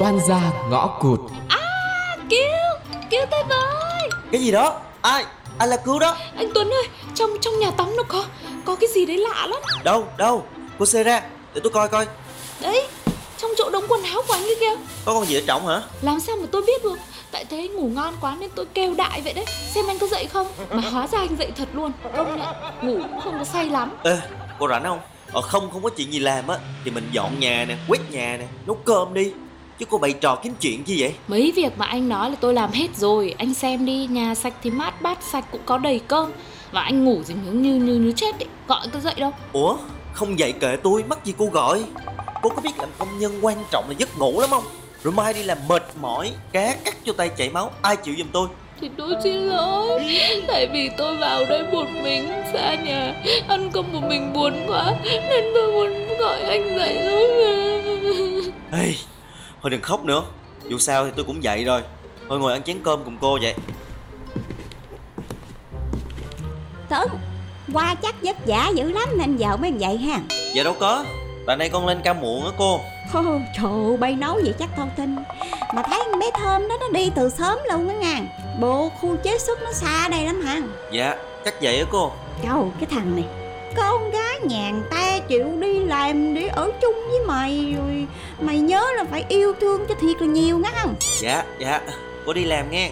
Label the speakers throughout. Speaker 1: toan ra ngõ cụt
Speaker 2: Cứu, cứu tôi với
Speaker 3: Cái gì đó? Ai? Ai là cứu đó?
Speaker 2: Anh Tuấn ơi, trong trong nhà tắm nó có có cái gì đấy lạ lắm
Speaker 3: Đâu? Đâu? Cô xe ra, để tôi coi coi
Speaker 2: Đấy, trong chỗ đống quần áo của anh ấy kìa
Speaker 3: Có con gì ở trọng hả?
Speaker 2: Làm sao mà tôi biết được Tại thế anh ngủ ngon quá nên tôi kêu đại vậy đấy Xem anh có dậy không Mà hóa ra anh dậy thật luôn Công nhận, ngủ cũng không có say lắm
Speaker 3: Ê, cô rảnh không? Ờ không, không có chuyện gì làm á Thì mình dọn nhà nè, quét nhà nè, nấu cơm đi Chứ cô bày trò kiếm chuyện chi vậy?
Speaker 2: Mấy việc mà anh nói là tôi làm hết rồi Anh xem đi, nhà sạch thì mát bát sạch cũng có đầy cơm Và anh ngủ thì như như như, như chết đấy Gọi tôi dậy đâu
Speaker 3: Ủa? Không dạy kệ tôi, mắc gì cô gọi Cô có biết làm công nhân quan trọng là giấc ngủ lắm không? Rồi mai đi làm mệt mỏi, cá cắt vô tay chảy máu Ai chịu giùm tôi?
Speaker 2: Thì tôi xin lỗi Tại vì tôi vào đây một mình xa nhà Ăn cơm một mình buồn quá Nên tôi muốn gọi anh dậy thôi
Speaker 3: Ê, thôi đừng khóc nữa Dù sao thì tôi cũng dậy rồi Thôi ngồi ăn chén cơm cùng cô vậy
Speaker 4: Tuấn Qua chắc vất vả dữ lắm nên giờ mới vậy ha
Speaker 3: Dạ đâu có Tại nay con lên ca muộn á cô
Speaker 4: Ô, Trời ơi, bay nấu vậy chắc tao tin Mà thấy con bé Thơm đó nó đi từ sớm luôn á nha Bộ khu chế xuất nó xa đây lắm hả
Speaker 3: Dạ chắc vậy á cô
Speaker 4: Trời cái thằng này Con gái nhàn ta chịu đi làm để ở chung với mày rồi Mày nhớ là phải yêu thương cho thiệt là nhiều nghe không
Speaker 3: Dạ dạ Cô đi làm nghe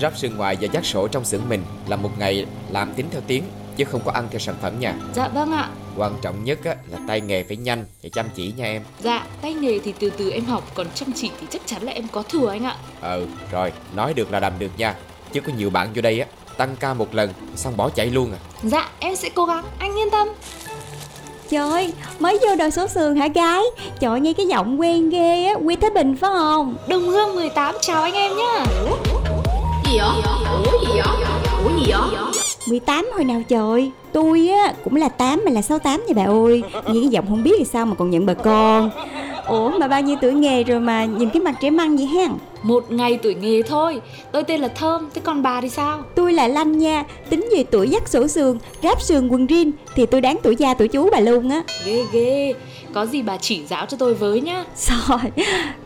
Speaker 1: ráp sườn ngoài và giác sổ trong xưởng mình là một ngày làm tính theo tiếng chứ không có ăn theo sản phẩm nha
Speaker 2: Dạ vâng ạ
Speaker 1: quan trọng nhất á, là tay nghề phải nhanh và chăm chỉ nha em
Speaker 2: Dạ, tay nghề thì từ từ em học Còn chăm chỉ thì chắc chắn là em có thừa anh ạ
Speaker 1: ừ rồi nói được là làm được nha chứ có nhiều bạn vô đây á tăng ca một lần xong bỏ chạy luôn à
Speaker 2: Dạ, em sẽ cố gắng, anh yên tâm
Speaker 4: Trời ơi, mới vô đầu số sườn hả gái Trời ơi, nghe cái giọng quen ghê á Quy Thế Bình phải không
Speaker 2: Đồng Hương 18 chào anh em nhá
Speaker 5: gì vậy? Ủa gì vậy? Ủa gì vậy?
Speaker 4: 18 hồi nào trời Tôi á cũng là 8 mà là 68 nha bà ơi Nghe cái giọng không biết thì sao mà còn nhận bà con Ủa mà bao nhiêu tuổi nghề rồi mà nhìn cái mặt trẻ măng vậy hen
Speaker 2: Một ngày tuổi nghề thôi Tôi tên là Thơm, thế còn bà thì sao?
Speaker 4: Tôi là Lanh nha Tính về tuổi dắt sổ sườn, ráp sườn quần rin Thì tôi đáng tuổi cha tuổi chú bà luôn á
Speaker 2: Ghê ghê Có gì bà chỉ giáo cho tôi với nhá
Speaker 4: Rồi,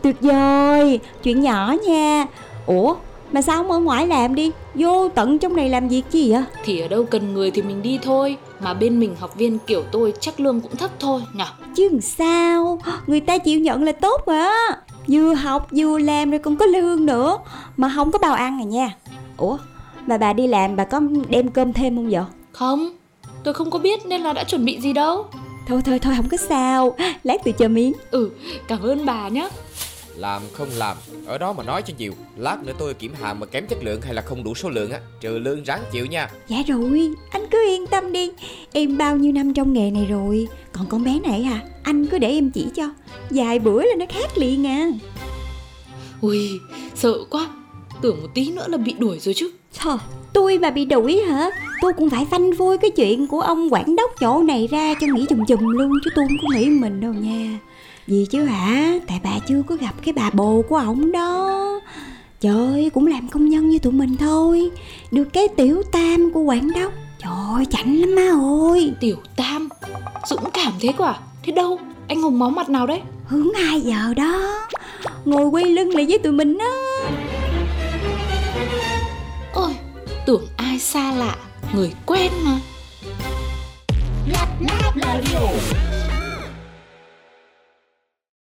Speaker 4: tuyệt vời Chuyện nhỏ nha Ủa mà sao không ở ngoài làm đi Vô tận trong này làm việc chi vậy
Speaker 2: Thì ở đâu cần người thì mình đi thôi Mà bên mình học viên kiểu tôi chắc lương cũng thấp thôi nhở
Speaker 4: Chứ làm sao Người ta chịu nhận là tốt mà Vừa học vừa làm rồi còn có lương nữa Mà không có bao ăn à nha Ủa mà bà đi làm bà có đem cơm thêm không vậy
Speaker 2: Không, tôi không có biết nên là đã chuẩn bị gì đâu
Speaker 4: Thôi thôi thôi không có sao Lát tôi cho miếng
Speaker 2: Ừ, cảm ơn bà nhá
Speaker 1: làm không làm ở đó mà nói cho nhiều lát nữa tôi kiểm hàng mà kém chất lượng hay là không đủ số lượng á trừ lương ráng chịu nha
Speaker 4: Dạ rồi anh cứ yên tâm đi Em bao nhiêu năm trong nghề này rồi Còn con bé này à anh cứ để em chỉ cho Vài bữa là nó khác liền à
Speaker 2: Ui, sợ quá Tưởng một tí nữa là bị đuổi rồi chứ
Speaker 4: Thôi, tôi mà bị đuổi hả? Tôi cũng phải phanh vui cái chuyện của ông quản đốc chỗ này ra cho nghĩ chùm chùm luôn chứ tôi không có nghĩ mình đâu nha. Gì chứ hả? Tại bà chưa có gặp cái bà bồ của ổng đó. Trời ơi, cũng làm công nhân như tụi mình thôi. Được cái tiểu tam của quản đốc. Trời ơi, chảnh lắm má ơi.
Speaker 2: Tiểu Tam Dũng cảm thế quả Thế đâu, anh hùng máu mặt nào đấy
Speaker 4: Hướng 2 giờ đó. Ngồi quay lưng lại với tụi mình đó.
Speaker 2: Ôi, tưởng ai xa lạ Người quen mà
Speaker 5: Lát lát radio.